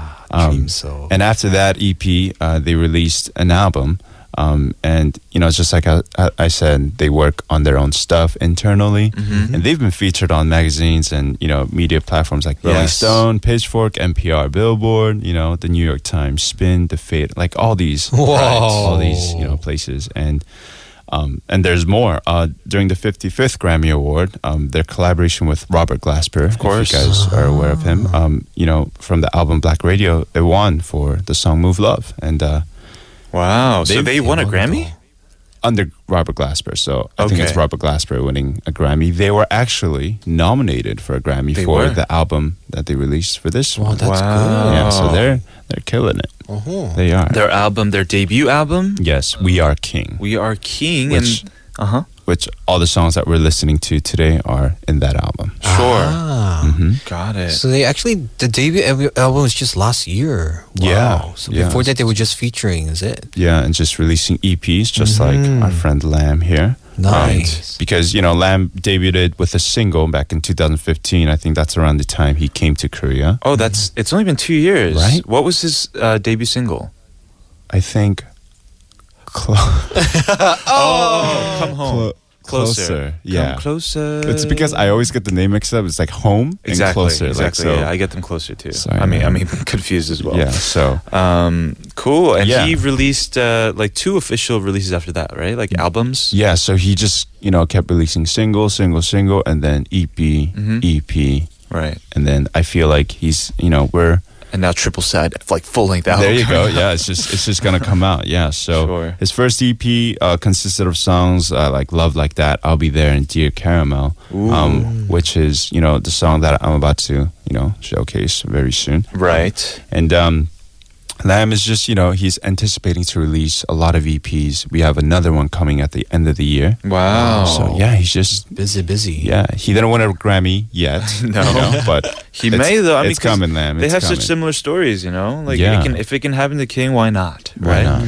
Speaker 3: dream
Speaker 4: Um,
Speaker 3: so.
Speaker 4: And after that EP, uh, they released an album. Um, and you know, just like I, I- I said, they work on their own stuff internally, and they've been featured on magazines and you know media platforms like Rolling
Speaker 2: Yes.
Speaker 4: Stone, Pitchfork, NPR, Billboard, you know, the New York Times, Spin, The Fate, like all these,
Speaker 3: Whoa.
Speaker 4: all these you know places, and um, and there's more. Uh, during the 55th Grammy Award, um, their collaboration with Robert Glasper, of
Speaker 2: course.
Speaker 4: you guys are aware of him. Um, you know, from the album Black Radio, it won for the song "Move Love," and uh,
Speaker 2: Wow. so
Speaker 4: They've-
Speaker 2: they won a Grammy?
Speaker 4: under Robert Glasper. So I think it's
Speaker 2: Okay.
Speaker 4: Robert Glasper winning a Grammy. They were actually nominated for a Grammy
Speaker 2: They
Speaker 4: for
Speaker 2: were.
Speaker 4: the album that they released for this
Speaker 3: Wow,
Speaker 4: one.
Speaker 3: that's
Speaker 2: Wow.
Speaker 4: yeah, so they're they're killing it.
Speaker 3: good. Uh-huh.
Speaker 4: They are.
Speaker 2: Their album, their debut album,
Speaker 4: yes, we are king.
Speaker 2: We Are King.
Speaker 4: Which-
Speaker 2: and Uh huh.
Speaker 4: Which all the songs that we're listening to today are in that album.
Speaker 2: Sure.
Speaker 3: Ah.
Speaker 4: mm-hmm.
Speaker 2: Got it.
Speaker 3: So they actually, the debut al- album was just last year. Wow.
Speaker 4: Yeah,
Speaker 3: So
Speaker 4: yeah.
Speaker 3: before that, they were just featuring, is it?
Speaker 4: Yeah, and just releasing EPs, just like our friend Lamb here.
Speaker 3: Mm-hmm. Nice.
Speaker 4: because you know Lamb debuted with a single back in 2015. I think that's around the time he came to Korea.
Speaker 2: oh, that's, it's only been two years.
Speaker 4: Right?
Speaker 2: What was his uh, debut single?
Speaker 4: I think. Clo-
Speaker 3: Oh,
Speaker 2: Oh, Come Home.
Speaker 4: Clo- closer, yeah.
Speaker 2: Come closer.
Speaker 4: it's because I always get the name mixed up. It's like home
Speaker 2: Exactly.
Speaker 4: and closer.
Speaker 2: Exactly.
Speaker 4: like, so,
Speaker 2: Yeah, I get them closer too.
Speaker 4: Sorry,
Speaker 2: I mean, I
Speaker 4: man.
Speaker 2: mean, confused as well.
Speaker 4: yeah, so
Speaker 2: Um, cool. And
Speaker 4: Yeah.
Speaker 2: he released uh, like two official releases after that, right? Like albums.
Speaker 4: yeah, so he just you know kept releasing single, single, single, and then E EP, EP,
Speaker 2: Right.
Speaker 4: and then I feel like he's you know we're
Speaker 2: And now triple side, like full length album.
Speaker 4: There you go.
Speaker 2: coming out.
Speaker 4: Yeah, it's just it's just gonna come out. Yeah.
Speaker 2: Oh,
Speaker 4: So
Speaker 2: Sure.
Speaker 4: his first EP uh, consisted of songs uh, like "Love Like That," "I'll Be There," and "Dear Caramel," um, which is you know the song that I'm about to you know showcase very soon.
Speaker 2: Right.
Speaker 4: And um, Lamb is just you know he's anticipating to release a lot of EPs. We have another one coming at the end of the year.
Speaker 2: Wow.
Speaker 4: So yeah, he's just
Speaker 3: Busy, busy.
Speaker 4: yeah he didn't win a Grammy yet.
Speaker 2: No.
Speaker 4: you know, but
Speaker 2: He
Speaker 4: it's-
Speaker 2: may though. I mean,
Speaker 4: it's
Speaker 2: 'cause
Speaker 4: coming, Lamb.
Speaker 2: They
Speaker 4: It's
Speaker 2: have
Speaker 4: coming.
Speaker 2: such similar stories, you know. Like it
Speaker 4: Yeah.
Speaker 2: can, if it can happen to King, why not?
Speaker 4: Why
Speaker 2: right. Mm.
Speaker 4: not?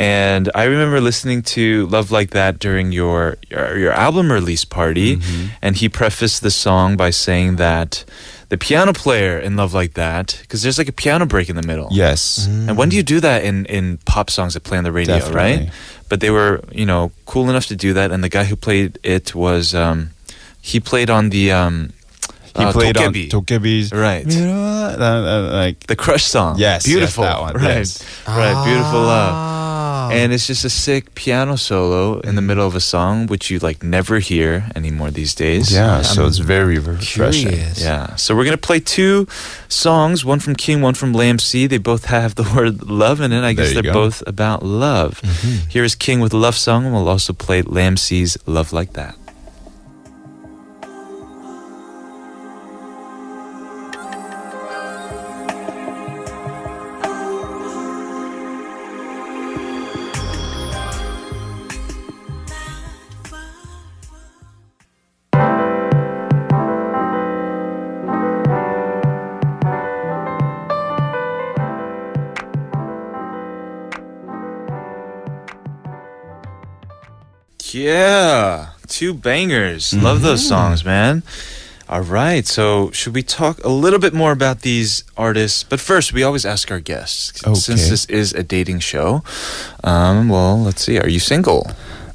Speaker 2: And I remember listening to "Love Like That" during your your, your album release party,
Speaker 4: Mm-hmm.
Speaker 2: and he prefaced the song by saying that the piano player in "Love Like That" because there's like a piano break in the middle.
Speaker 4: Yes.
Speaker 2: And when do you do that in, in pop songs that play on the radio,
Speaker 4: Definitely.
Speaker 2: right? But they were, you know, cool enough to do that. And the guy who played it was, um, he played on the, um,
Speaker 4: He
Speaker 2: uh,
Speaker 4: played
Speaker 2: Dokebi.
Speaker 4: on Tokebi's
Speaker 2: Right.
Speaker 4: You know, uh, uh, like
Speaker 2: the Crush song.
Speaker 4: Yes, yes,
Speaker 2: Beautiful.
Speaker 4: that one,
Speaker 2: Right.
Speaker 4: yes. Ah.
Speaker 2: Right. Beautiful Love. And it's just a sick piano solo in the middle of a song, which you like never hear anymore these days.
Speaker 4: Yeah, so it's very refreshing.
Speaker 3: Curious.
Speaker 2: Yeah. So we're gonna play two songs, one from King, one from Lamb C. They both have the word love in it. I guess
Speaker 4: There
Speaker 2: they're
Speaker 4: you go.
Speaker 2: both
Speaker 4: Mm-hmm.
Speaker 2: about love. Here is King with Love Song, and we'll also play Lamb C's Love Like That. Yeah, two bangers. Love
Speaker 4: Mm-hmm.
Speaker 2: those songs, man. All right, so should we talk a little bit more about these artists? But first, we always ask our guests since
Speaker 4: Okay.
Speaker 2: this is a dating show. Um, well, let's see. Are you single?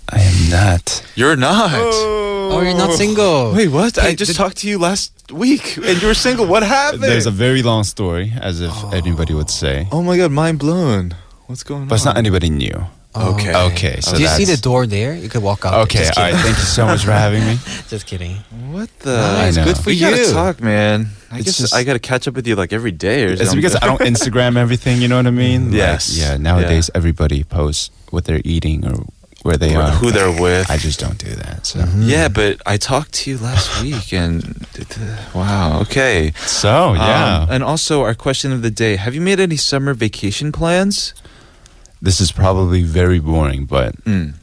Speaker 4: I am not.
Speaker 2: You're not.
Speaker 3: Oh, you're not single.
Speaker 2: Wait, what? I
Speaker 3: Hey,
Speaker 2: just
Speaker 3: did-
Speaker 2: talked to you last week, and you were single. What happened?
Speaker 4: There's a very long story, as if anybody would say.
Speaker 2: oh my god, mind blown. What's going
Speaker 4: But it's
Speaker 2: on?
Speaker 4: not anybody new.
Speaker 2: Oh, okay.
Speaker 4: Okay, so
Speaker 3: Do you see the
Speaker 4: that's-
Speaker 3: door there? You could walk out.
Speaker 4: Okay,
Speaker 3: Just
Speaker 4: all
Speaker 3: kidding.
Speaker 4: right. Thank you so much for having me.
Speaker 3: Just kidding.
Speaker 2: What the?
Speaker 4: I
Speaker 2: It's
Speaker 4: know.
Speaker 2: good for
Speaker 4: We
Speaker 2: you.
Speaker 4: gotta
Speaker 2: to talk,
Speaker 4: talk,
Speaker 2: man. I
Speaker 4: It's
Speaker 2: guess
Speaker 4: just-
Speaker 2: I gotta catch up with you like every day or
Speaker 4: It's
Speaker 2: something.
Speaker 4: because I don't Instagram everything, you know what I mean? Like,
Speaker 2: Yes.
Speaker 4: yeah, nowadays everybody posts what they're eating or where they
Speaker 2: Or
Speaker 4: are.
Speaker 2: who they're with. Mm-hmm.
Speaker 4: I just don't do that. So,
Speaker 2: Yeah, but I talked to you last week, and uh, wow. Okay.
Speaker 4: so yeah.
Speaker 2: Um, and also, our question of the day: Have you made any summer vacation plans?
Speaker 4: this is probably very boring, but
Speaker 2: Mm.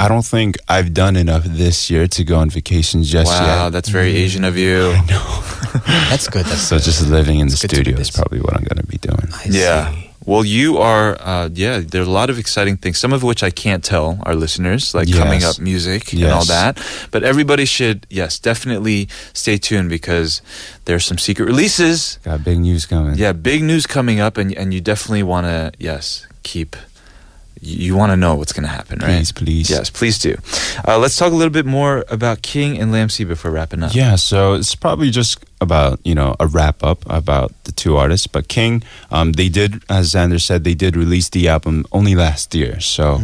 Speaker 4: I don't think I've done enough this year to go on vacation just
Speaker 2: wow,
Speaker 4: yet.
Speaker 2: that's very Asian of you.
Speaker 3: That's good. That's
Speaker 4: So just living in the
Speaker 3: good to do
Speaker 4: studio is
Speaker 3: this.
Speaker 4: probably what I'm going to be doing.
Speaker 3: I
Speaker 2: Yeah.
Speaker 3: see.
Speaker 2: Well, you are. Uh, yeah, there are a lot of exciting things. Some of which I can't tell our listeners, like coming up
Speaker 4: Yes.
Speaker 2: music and all
Speaker 4: Yes.
Speaker 2: that. But everybody should, yes, definitely stay tuned because there's some secret releases.
Speaker 4: Got big news coming.
Speaker 2: Yeah, big news coming up, and and you definitely want to, yes, keep. You, you want to know what's going to happen, right?
Speaker 4: Please, please.
Speaker 2: Yes, please do. Uh, let's talk a little bit more about King and Lamsey before wrapping up.
Speaker 4: Yeah, so it's probably just about you know a wrap up about the two artists. But King, um, they did, as Xander said, they did release the album only last year, so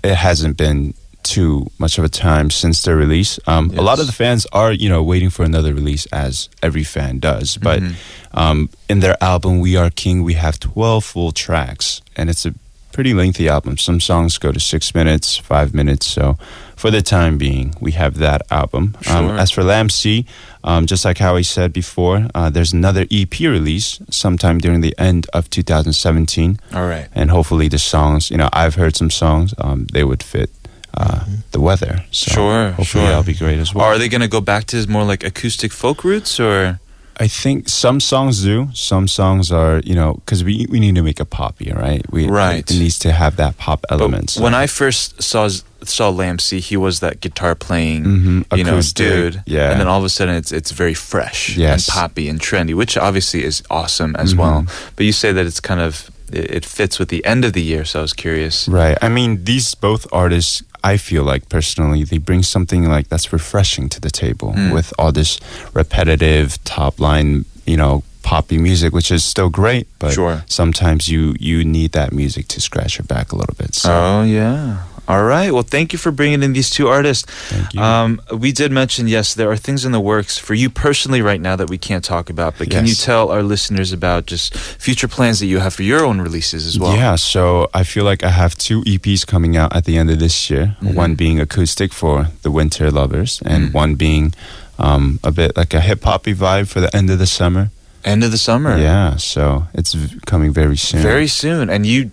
Speaker 4: it hasn't been too much of a time since their release. Um, A lot of
Speaker 2: Yes.
Speaker 4: the fans are you know waiting for another release, as every fan does. But um, in their album "We Are King," we have twelve full tracks, and it's a pretty lengthy album. Some songs go to six minutes, five minutes. So, for the time being, we have that album.
Speaker 2: Sure.
Speaker 4: Um, as for Lamb C, um, just like how I said before, uh, there's another EP release sometime during the end of 2017,
Speaker 2: All right.
Speaker 4: and hopefully the songs. You know, I've heard some songs. Um, they would fit uh, the weather. So
Speaker 2: Mm-hmm. Sure,
Speaker 4: Hopefully,
Speaker 2: sure.
Speaker 4: that'll be great as well.
Speaker 2: Are they going to go back to his more like acoustic folk roots or?
Speaker 4: I think some songs do. Some songs are, you know, because we, we need to make a poppy, right? We,
Speaker 2: Right.
Speaker 4: It needs to have that pop element.
Speaker 2: But when I first saw saw Lamsey, he was that guitar playing,
Speaker 4: Mhm,
Speaker 2: you know,
Speaker 4: acoustic,
Speaker 2: dude.
Speaker 4: yeah.
Speaker 2: And then all of a sudden, it's it's very fresh
Speaker 4: Yes. Mm-hmm.
Speaker 2: and poppy and trendy, which obviously is awesome as well. But you say that it's kind of it, it fits with the end of the year, so I was curious.
Speaker 4: Right. I mean, these both artists, I feel like personally, they bring something like that's refreshing to the table
Speaker 2: Mm.
Speaker 4: with all this repetitive top line, you know, poppy music, which is still great, but
Speaker 2: Sure.
Speaker 4: sometimes you you need that music to scratch your back a little bit. So
Speaker 2: Oh yeah. All right. Well, thank you for bringing in these two artists.
Speaker 4: Thank you.
Speaker 2: Um, we did mention yes, there are things in the works for you personally right now that we can't talk about. But can you
Speaker 4: Yes.
Speaker 2: tell our listeners about just future plans that you have for your own releases as well?
Speaker 4: Yeah, so I feel like I have two EPs coming out at the end of this year.
Speaker 2: Mm-hmm.
Speaker 4: One being acoustic for the winter lovers, and
Speaker 2: Mm.
Speaker 4: one being um, a bit like a hip hoppy vibe for the end of the summer.
Speaker 2: End of the summer.
Speaker 4: Yeah, so it's v- coming very soon.
Speaker 2: Very soon, and you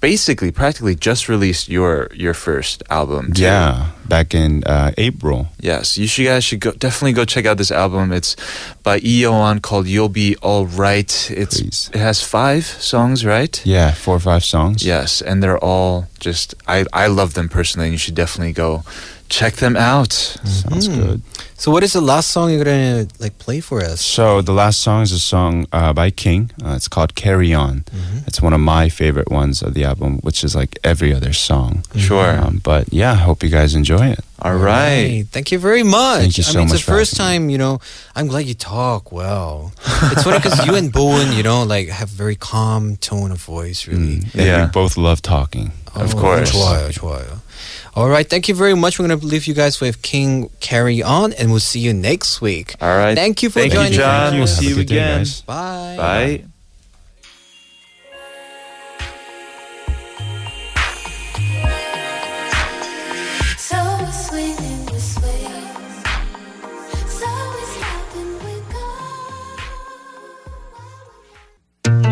Speaker 2: basically practically just released your your first album. too.
Speaker 4: Yeah, back in uh, April.
Speaker 2: Yes, you should guys should go, definitely go check out this album. It's by Eoan called "You'll Be All Right." It's
Speaker 4: Please.
Speaker 2: it has five songs, right?
Speaker 4: Yeah, four or five songs.
Speaker 2: Yes, and they're all just I I love them personally. and You should definitely go check them out. Hmm.
Speaker 4: sounds good.
Speaker 3: So what is the last song you're gonna like play for us?
Speaker 4: So the last song is a song uh, by King. Uh, it's called "Carry On."
Speaker 2: Mm-hmm.
Speaker 4: It's one of my favorite ones of the album, which is like every other song.
Speaker 2: Mm-hmm. Sure.
Speaker 4: Um, but yeah, hope you guys enjoy it.
Speaker 2: All right.
Speaker 3: Thank you very much.
Speaker 4: Thank you
Speaker 3: I
Speaker 4: so
Speaker 3: mean,
Speaker 4: much
Speaker 3: it's the
Speaker 4: for
Speaker 3: first time,
Speaker 4: having
Speaker 3: you know, I'm glad you talk well. It's funny because you and Bowen, you know, like have very calm tone of voice, really.
Speaker 4: And
Speaker 2: Yeah.
Speaker 4: we both love talking.
Speaker 2: Of
Speaker 3: Oh,
Speaker 2: course.
Speaker 3: 좋아요, 좋아요. All right. Thank you very much. We're going to leave you guys with King Carry On, and we'll see you next week.
Speaker 2: All right.
Speaker 3: Thank you for
Speaker 2: Thank
Speaker 3: joining
Speaker 2: you, John.
Speaker 3: us.
Speaker 2: We'll
Speaker 4: Have
Speaker 2: see
Speaker 4: a
Speaker 2: you
Speaker 4: good day,
Speaker 2: again.
Speaker 4: guys.
Speaker 3: Bye.
Speaker 2: Bye.
Speaker 1: So we're swinging this way. So it's happened, we go.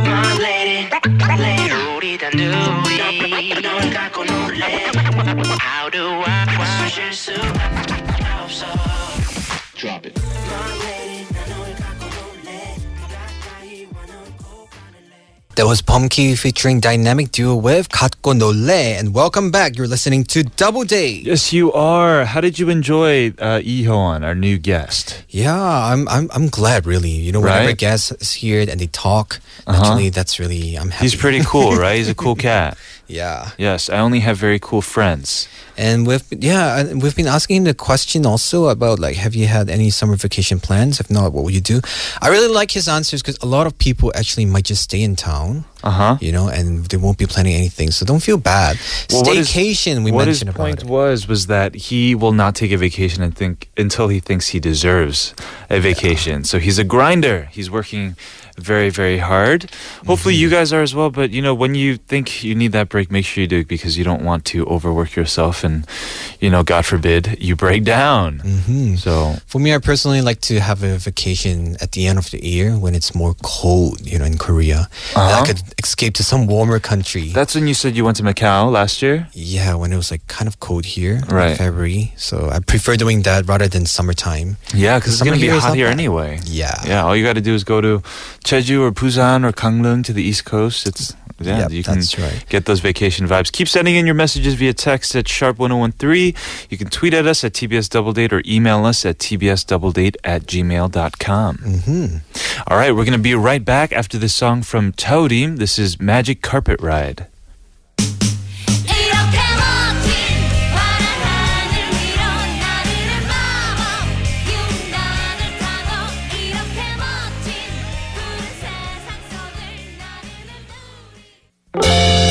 Speaker 3: That was Pumpkin featuring dynamic duo with Katko Nole, and welcome back. You're listening to Double Day.
Speaker 2: Yes, you are. How did you enjoy uh, Ihoan, our new guest?
Speaker 3: Yeah, I'm I'm I'm glad really. You know, whenever
Speaker 2: Right? Uh-huh.
Speaker 3: guests is here and they talk, naturally that's really I'm happy.
Speaker 2: He's pretty cool, right? He's a cool cat.
Speaker 3: yeah.
Speaker 2: Yes, I only have very cool friends.
Speaker 3: And we've yeah, and we've been asking the question also about like have you had any summer vacation plans? If not, what would you do? I really like his answers because a lot of people actually might just stay in town.
Speaker 2: Uh huh.
Speaker 3: You know, and they won't be planning anything, so don't feel bad. Staycation, we
Speaker 2: what
Speaker 3: mentioned
Speaker 2: his
Speaker 3: about
Speaker 2: point
Speaker 3: it.
Speaker 2: was was that he will not take a vacation and think until he thinks he deserves a vacation. So he's a grinder. He's working very very hard. Hopefully you
Speaker 3: Mm-hmm.
Speaker 2: guys are as well. But you know when you think you need that break, make sure you do it because you don't want to overwork yourself and you know God forbid you break down. Mm-hmm. So
Speaker 3: For me, I personally like to have a vacation at the end of the year when it's more cold, you know, in Korea. And I
Speaker 2: Uh-huh.
Speaker 3: could escape to some warmer country.
Speaker 2: that's when you said you went to Macau last year.
Speaker 3: yeah, when it was like kind of cold here in
Speaker 2: Right.
Speaker 3: February. So I prefer doing that rather than summertime.
Speaker 2: Yeah, because it's
Speaker 3: Summer
Speaker 2: gonna be
Speaker 3: here is
Speaker 2: hot
Speaker 3: not
Speaker 2: here
Speaker 3: bad.
Speaker 2: anyway.
Speaker 3: Yeah.
Speaker 2: Yeah, all you got to do is go to Jeju or Busan or Gangneung to the East Coast. It's yeah,
Speaker 3: Yep,
Speaker 2: you can
Speaker 3: that's right.
Speaker 2: get those vacation vibes. Keep sending in your messages via text at sharp1013. You can tweet at us at TBS Double Date or email us at tbsdoubledate at gmail.com.
Speaker 3: hmm
Speaker 2: All right, we're going to be right back after this song from Toadim. This is Magic Carpet Ride.
Speaker 1: 이렇게 멋진 파란 하늘 위로 나를 마법 융단을 타고 이렇게 멋진 푸른 세상 속을 나를 누리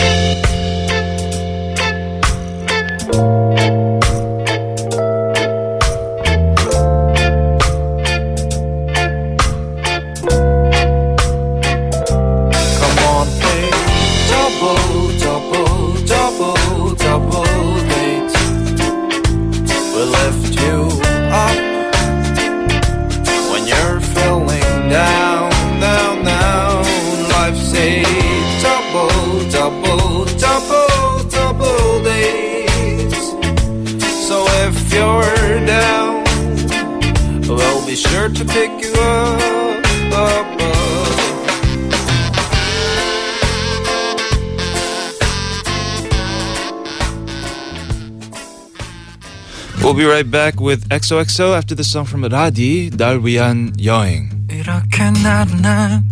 Speaker 9: We'll be sure to pick you up, up, up.
Speaker 2: We'll be right back with XOXO after this song from Radi, 날 위한 여행.
Speaker 10: 이렇게 나른한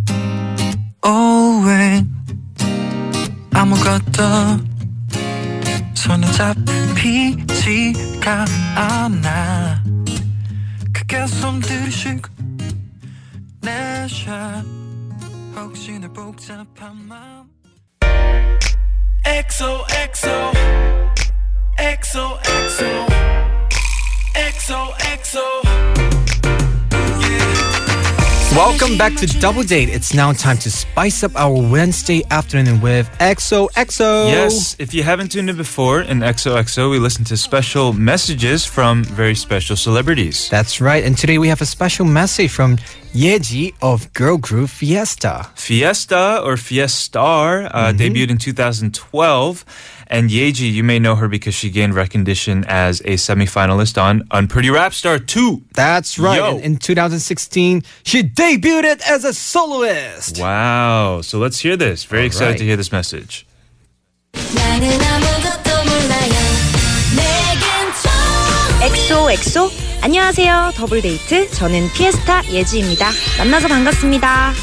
Speaker 10: 오후엔 아무것도 손에 잡히지가 않아 크게 숨 들이쉬고 내샷 혹시나 복잡한 마음 XOXO XOXO XOXO
Speaker 3: Welcome back to Double Date. It's now time to spice up our Wednesday afternoon with XOXO.
Speaker 2: Yes, if you haven't tuned in before, in XOXO, we listen to special messages from very special celebrities.
Speaker 3: That's right. And today we have a special message from Yeji of girl group Fiesta.
Speaker 2: Fiesta or Fiestar uh, debuted in 2012. And Yeji, you may know her because she gained recognition as a semifinalist on Unpretty Rap Star 2.
Speaker 3: That's right.
Speaker 2: Yo.
Speaker 3: And in 2016, she debuted as a soloist.
Speaker 2: Wow. So let's hear this. Very excited
Speaker 3: right.
Speaker 2: to hear this message.
Speaker 1: 나는 아무것도 몰라요 내겐 처음
Speaker 11: 엑소엑소 안녕하세요 더블데이트 저는 피에스타 예지입니다 만나서 반갑습니다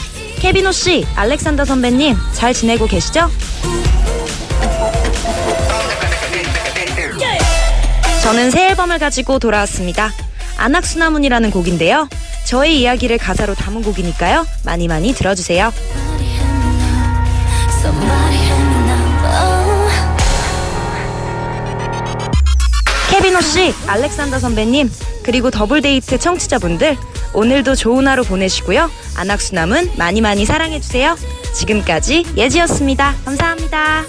Speaker 11: 케비노 씨 알렉산더 선배님 잘 지내고 계시죠? 저 저는 새 앨범을 가지고 돌아왔습니다. 안악수나문이라는 곡인데요. 저의 이야기를 가사로 담은 곡이니까요. 많이 많이 들어주세요. 케비노 씨, 알렉산더 선배님, 그리고 더블데이트 청취자분들, 오늘도 좋은 하루 보내시고요. 안악수남은 많이 많이 사랑해주세요. 지금까지 예지였습니다. 감사합니다.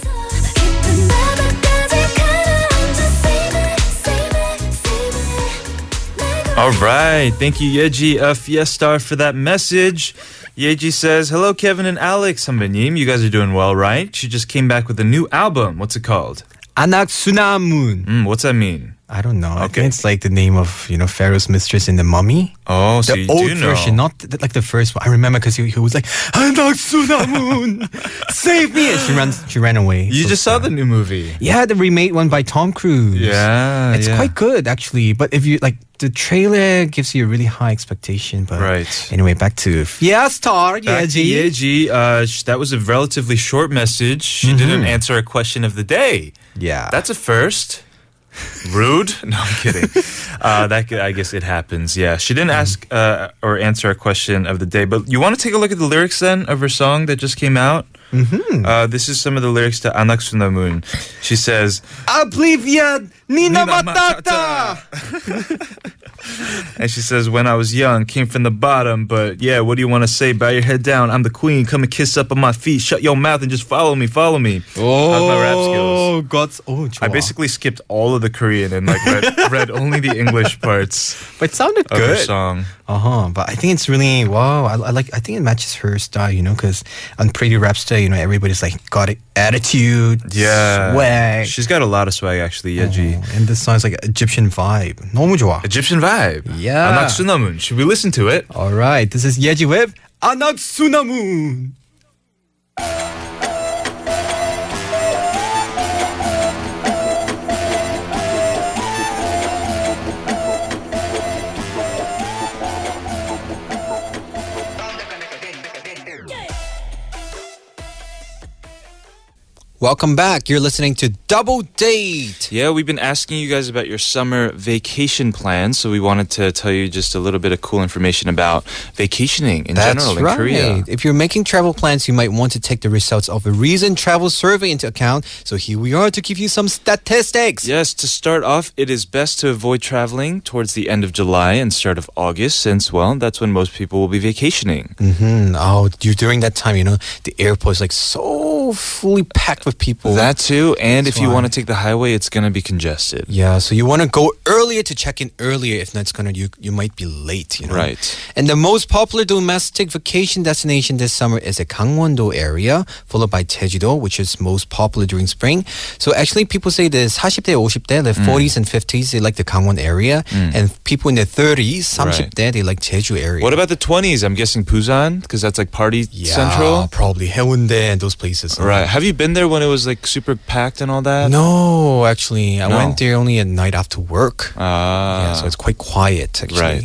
Speaker 2: All right. Thank you, Yeji uh, Fiestar, for that message. Yeji says, Hello, Kevin and Alex. 선배님, you guys are doing well, right? She just came back with a new album. What's it called?
Speaker 3: Anak Sunamun.
Speaker 2: Mm, what's that mean?
Speaker 3: I don't know. I think it's like the name of you know Pharaoh's mistress in the Mummy.
Speaker 2: Oh, so
Speaker 3: the
Speaker 2: you
Speaker 3: old
Speaker 2: do know.
Speaker 3: version, not the, like the first one. I remember because he, he was like, "Anak Sunamun, save me!" And she runs, she ran away.
Speaker 2: You
Speaker 3: So
Speaker 2: just saw the new movie.
Speaker 3: Yeah, the remade one by Tom Cruise.
Speaker 2: Yeah,
Speaker 3: It's
Speaker 2: yeah.
Speaker 3: quite good actually. But if you like the trailer gives you a really high expectation, but
Speaker 2: Right.
Speaker 3: anyway, back to Yeah Star,
Speaker 2: Back
Speaker 3: yeah
Speaker 2: to
Speaker 3: G.
Speaker 2: Yeji, uh, sh- that was a relatively short message. She
Speaker 3: Mm-hmm.
Speaker 2: didn't answer a question of the day.
Speaker 3: Yeah.
Speaker 2: That's a first. Rude? No, I'm kidding. uh, that could, I guess it happens. Yeah, she didn't ask uh, or answer a question of the day. But you want to take a look at the lyrics then of her song that just came out. Mm-hmm. Uh, this is some of the lyrics to Anak Sunamun. She says,
Speaker 3: Oblivion Nina,
Speaker 2: Nina
Speaker 3: Matata.
Speaker 2: and she says, "When I was young, came from the bottom, but yeah, what do you want to say? Bow your head down. I'm the queen. Come and kiss up on my feet. Shut your mouth and just follow me. Follow me." How's my rap skills?
Speaker 3: Oh, God's oh,
Speaker 2: I
Speaker 3: 좋아.
Speaker 2: basically skipped all of the Korean and like read, read only the English parts
Speaker 3: but it sounded
Speaker 2: of her
Speaker 3: good.
Speaker 2: song.
Speaker 3: Uh huh. But I think it's really wow. I, I like. I think it matches her style, you know, because on Pretty Rapster, you know, everybody's like got it, attitude,
Speaker 2: Yeah,
Speaker 3: swag.
Speaker 2: She's got a lot of swag actually. Yeji.
Speaker 3: Oh, and this song's like Egyptian vibe. 너무 좋아.
Speaker 2: Egyptian vibe.
Speaker 3: Yeah.
Speaker 2: Anak Sunamun. Should we listen to it?
Speaker 3: All right, this is Yeji with Anak Sunamun. Welcome back. You're listening to Double Date.
Speaker 2: Yeah, we've been asking you guys about your summer vacation plans, so we wanted to tell you just a little bit of cool information about vacationing in general in Korea.
Speaker 3: If you're making travel plans, you might want to take the results of a recent travel survey into account. So here we are to give you some statistics.
Speaker 2: Yes, to start off, it is best to avoid traveling towards the end of July and start of August since, well, that's when most people will be vacationing.
Speaker 3: Mm, oh, you during that time, you know, the airport is like so fully packed with people.
Speaker 2: That too, and if you
Speaker 3: why.
Speaker 2: want to take the highway, it's going to be congested.
Speaker 3: yeah, so you want to go earlier to check in earlier. If not, it's gonna you you might be late. You know?
Speaker 2: Right.
Speaker 3: And the most popular domestic vacation destination this summer is the Gangwon-do area, followed by Jeju-do, which is most popular during spring. So actually, people say the 40대, 50대, the 40s and 50s they
Speaker 2: Mm.
Speaker 3: like the Gangwon area, and people in their 30s, 30대 they like Jeju area.
Speaker 2: What about the 20s? I'm guessing Busan, because that's like party
Speaker 3: yeah,
Speaker 2: central.
Speaker 3: Probably Haeundae and those places.
Speaker 2: Right. Have you been there when it was like super packed and all that?
Speaker 3: No, actually, I
Speaker 2: No.
Speaker 3: went there only at night after work.
Speaker 2: Ah,
Speaker 3: yeah, so it's quite quiet, actually.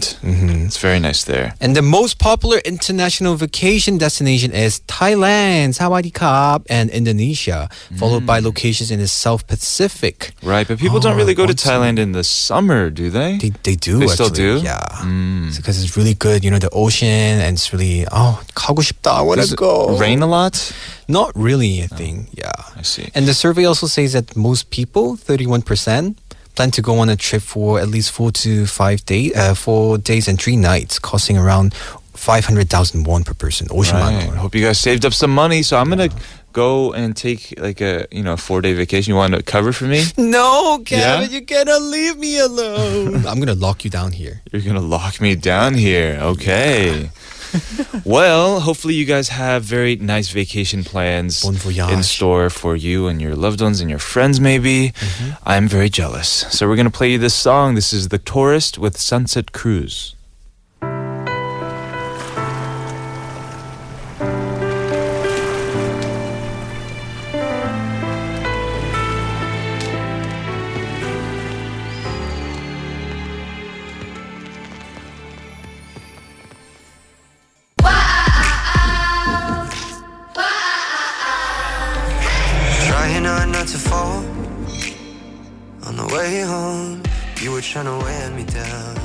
Speaker 2: right.
Speaker 3: Mm-hmm.
Speaker 2: It's very nice there.
Speaker 3: And the most popular international vacation destination is Thailand, Sawadikap, and Indonesia, followed
Speaker 2: Mm.
Speaker 3: by locations in the South Pacific.
Speaker 2: Right, but people don't
Speaker 3: Oh,
Speaker 2: really go to
Speaker 3: what's-
Speaker 2: Thailand in the summer, do they?
Speaker 3: They, they do.
Speaker 2: They still
Speaker 3: actually,
Speaker 2: do? Mm.
Speaker 3: Yeah. Because it's really good, you know, the ocean, and it's really, oh, 가고 싶다, I want
Speaker 2: Does
Speaker 3: to
Speaker 2: it
Speaker 3: go.
Speaker 2: rain a lot?
Speaker 3: Not really, I think. Yeah.
Speaker 2: I see.
Speaker 3: And the survey also says that most people, 31%, plan to go on a trip for at least four to five days, uh, four days and three nights, costing around 500,000 won per person.
Speaker 2: Right.
Speaker 3: Ocean
Speaker 2: Hope you guys saved up some money. So I'm gonna go and take like a you know four day vacation. You want to cover for me?
Speaker 3: No,
Speaker 2: Yeah?
Speaker 3: Kevin, you cannot leave me alone. I'm going to lock you down here.
Speaker 2: You're gonna lock me down here. Okay. well, hopefully you guys have very nice vacation plans
Speaker 3: Bon voyage.
Speaker 2: in store for you and your loved ones and your friends. Maybe
Speaker 3: Mm-hmm.
Speaker 2: I'm very jealous. So we're gonna play you this song. This is The Tourist with Sunset Cruise.
Speaker 10: Trying hard not to fall on the way home.
Speaker 9: You were trying to wear me down.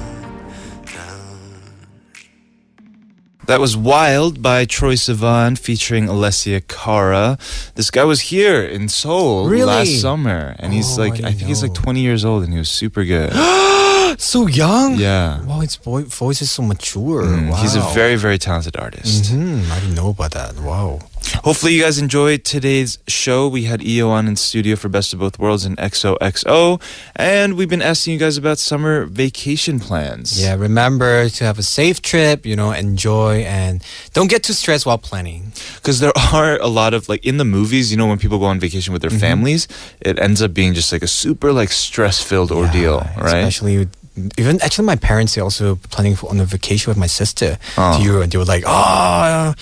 Speaker 2: That was Wild by Troy Sivan featuring Alessia Cara. This guy was here in Seoul
Speaker 3: Really?
Speaker 2: last summer, and he's
Speaker 3: Oh, I
Speaker 2: like, I,
Speaker 3: didn't
Speaker 2: think he's like 20 years old, and he was super good.
Speaker 3: so young.
Speaker 2: yeah.
Speaker 3: Wow, his boy, voice is so mature.
Speaker 2: Mm,
Speaker 3: wow.
Speaker 2: He's a very, very talented artist.
Speaker 3: hmm I didn't know about that. Wow.
Speaker 2: Hopefully, you guys enjoyed today's show. We had EO on in studio for Best of Both Worlds and XOXO. And we've been asking you guys about summer vacation plans.
Speaker 3: Yeah, remember to have a safe trip, you know, enjoy and don't get too stressed while planning.
Speaker 2: Because there are a lot of, like, in the movies, you know, when people go on vacation with their
Speaker 3: Mm-hmm.
Speaker 2: families, it ends up being just like a super, like, stress filled ordeal,
Speaker 3: Yeah,
Speaker 2: right?
Speaker 3: Especially with- even actually my parents they also planning for on a vacation with my sister
Speaker 2: Oh.
Speaker 3: to Europe and they were like, Oh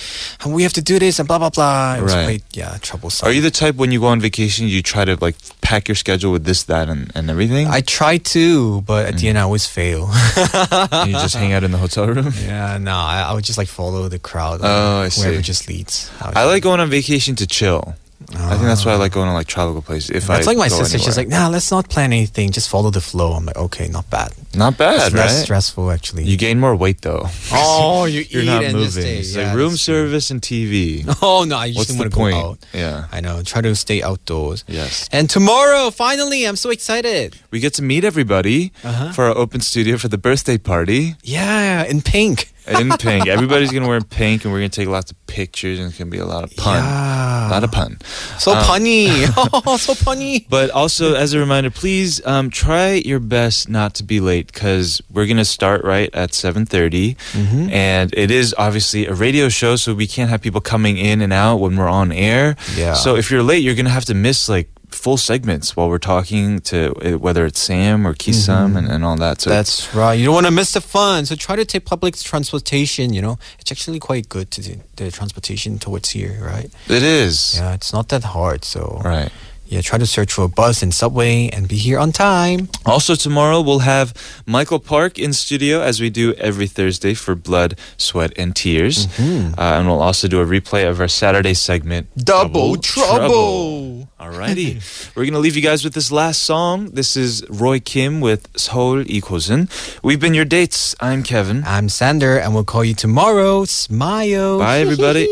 Speaker 3: we have to do this and blah blah blah. It was
Speaker 2: Right.
Speaker 3: quite yeah, troublesome.
Speaker 2: Are you the type when you go on vacation, you try to, like, pack your schedule with this, that, and, and everything?
Speaker 3: I try to, but at the
Speaker 2: Mm.
Speaker 3: end I always fail.
Speaker 2: and you just hang out in the hotel room?
Speaker 3: yeah, no, I, I would just like follow the crowd.
Speaker 2: Oh, I
Speaker 3: like, Whoever
Speaker 2: see.
Speaker 3: just leads. would
Speaker 2: I
Speaker 3: do
Speaker 2: like going on vacation to chill. I think that's why I like going to like tropical places. If
Speaker 3: That's
Speaker 2: I
Speaker 3: like my
Speaker 2: go
Speaker 3: sister. She's
Speaker 2: anywhere.
Speaker 3: like, nah, let's not plan anything. Just follow the flow. I'm like, okay, not bad.
Speaker 2: not bad,
Speaker 3: it's less
Speaker 2: right?
Speaker 3: stressful, actually.
Speaker 2: You gain more weight though.
Speaker 3: oh, you
Speaker 2: You're
Speaker 3: eat
Speaker 2: not
Speaker 3: and just
Speaker 2: moving.
Speaker 3: stay.
Speaker 2: It's
Speaker 3: Yeah,
Speaker 2: like room
Speaker 3: that's true.
Speaker 2: service and TV.
Speaker 3: Oh, no, I
Speaker 2: What's
Speaker 3: just
Speaker 2: the
Speaker 3: want to go
Speaker 2: point?
Speaker 3: out.
Speaker 2: Yeah.
Speaker 3: I know. Try to stay outdoors.
Speaker 2: Yes.
Speaker 3: And tomorrow, finally, I'm so excited.
Speaker 2: We get to meet everybody
Speaker 3: Uh-huh.
Speaker 2: for our open studio for the birthday party
Speaker 3: Yeah, in pink.
Speaker 2: in pink. Everybody's gonna wear pink, and we're gonna take lots of pictures, and it's gonna be a lot of fun. A
Speaker 3: Yeah.
Speaker 2: lot of fun.
Speaker 3: Ah, So
Speaker 2: Um,
Speaker 3: funny. oh, so funny.
Speaker 2: But also, as a reminder, please um, try your best not to be late because we're gonna start right at seven
Speaker 3: Mm-hmm.
Speaker 2: and it is obviously a radio show, so we can't have people coming in and out when we're on air.
Speaker 3: Yeah.
Speaker 2: So if you're late, you're gonna have to miss like full segments while we're talking to eh, whether it's Sam or Kisam and, and all that. So
Speaker 3: Mm-hmm. That's right. You don't want to miss the fun. So try to take public transportation. You know, it's actually quite good to do the transportation towards here, right?
Speaker 2: it is
Speaker 3: Yeah, it's not that hard. So
Speaker 2: right.
Speaker 3: Yeah, try to search for a bus and subway and be here on time.
Speaker 2: Also, tomorrow we'll have Michael Park in studio as we do every Thursday for Blood, Sweat, and Tears. Uh, and we'll also do a replay of our Saturday segment,
Speaker 3: Double Trouble.
Speaker 2: Alrighty. We're going to leave you guys with this last song. This is Roy Kim with Seoul 이곳은. We've been your dates. I'm Kevin.
Speaker 3: I'm Sander, and we'll call you tomorrow. Smile.
Speaker 2: Bye, everybody.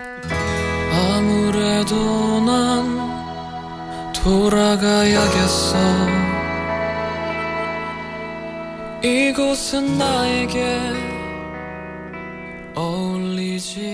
Speaker 10: 아무래도 난 돌아가야겠어 이곳은 나에게 어울리지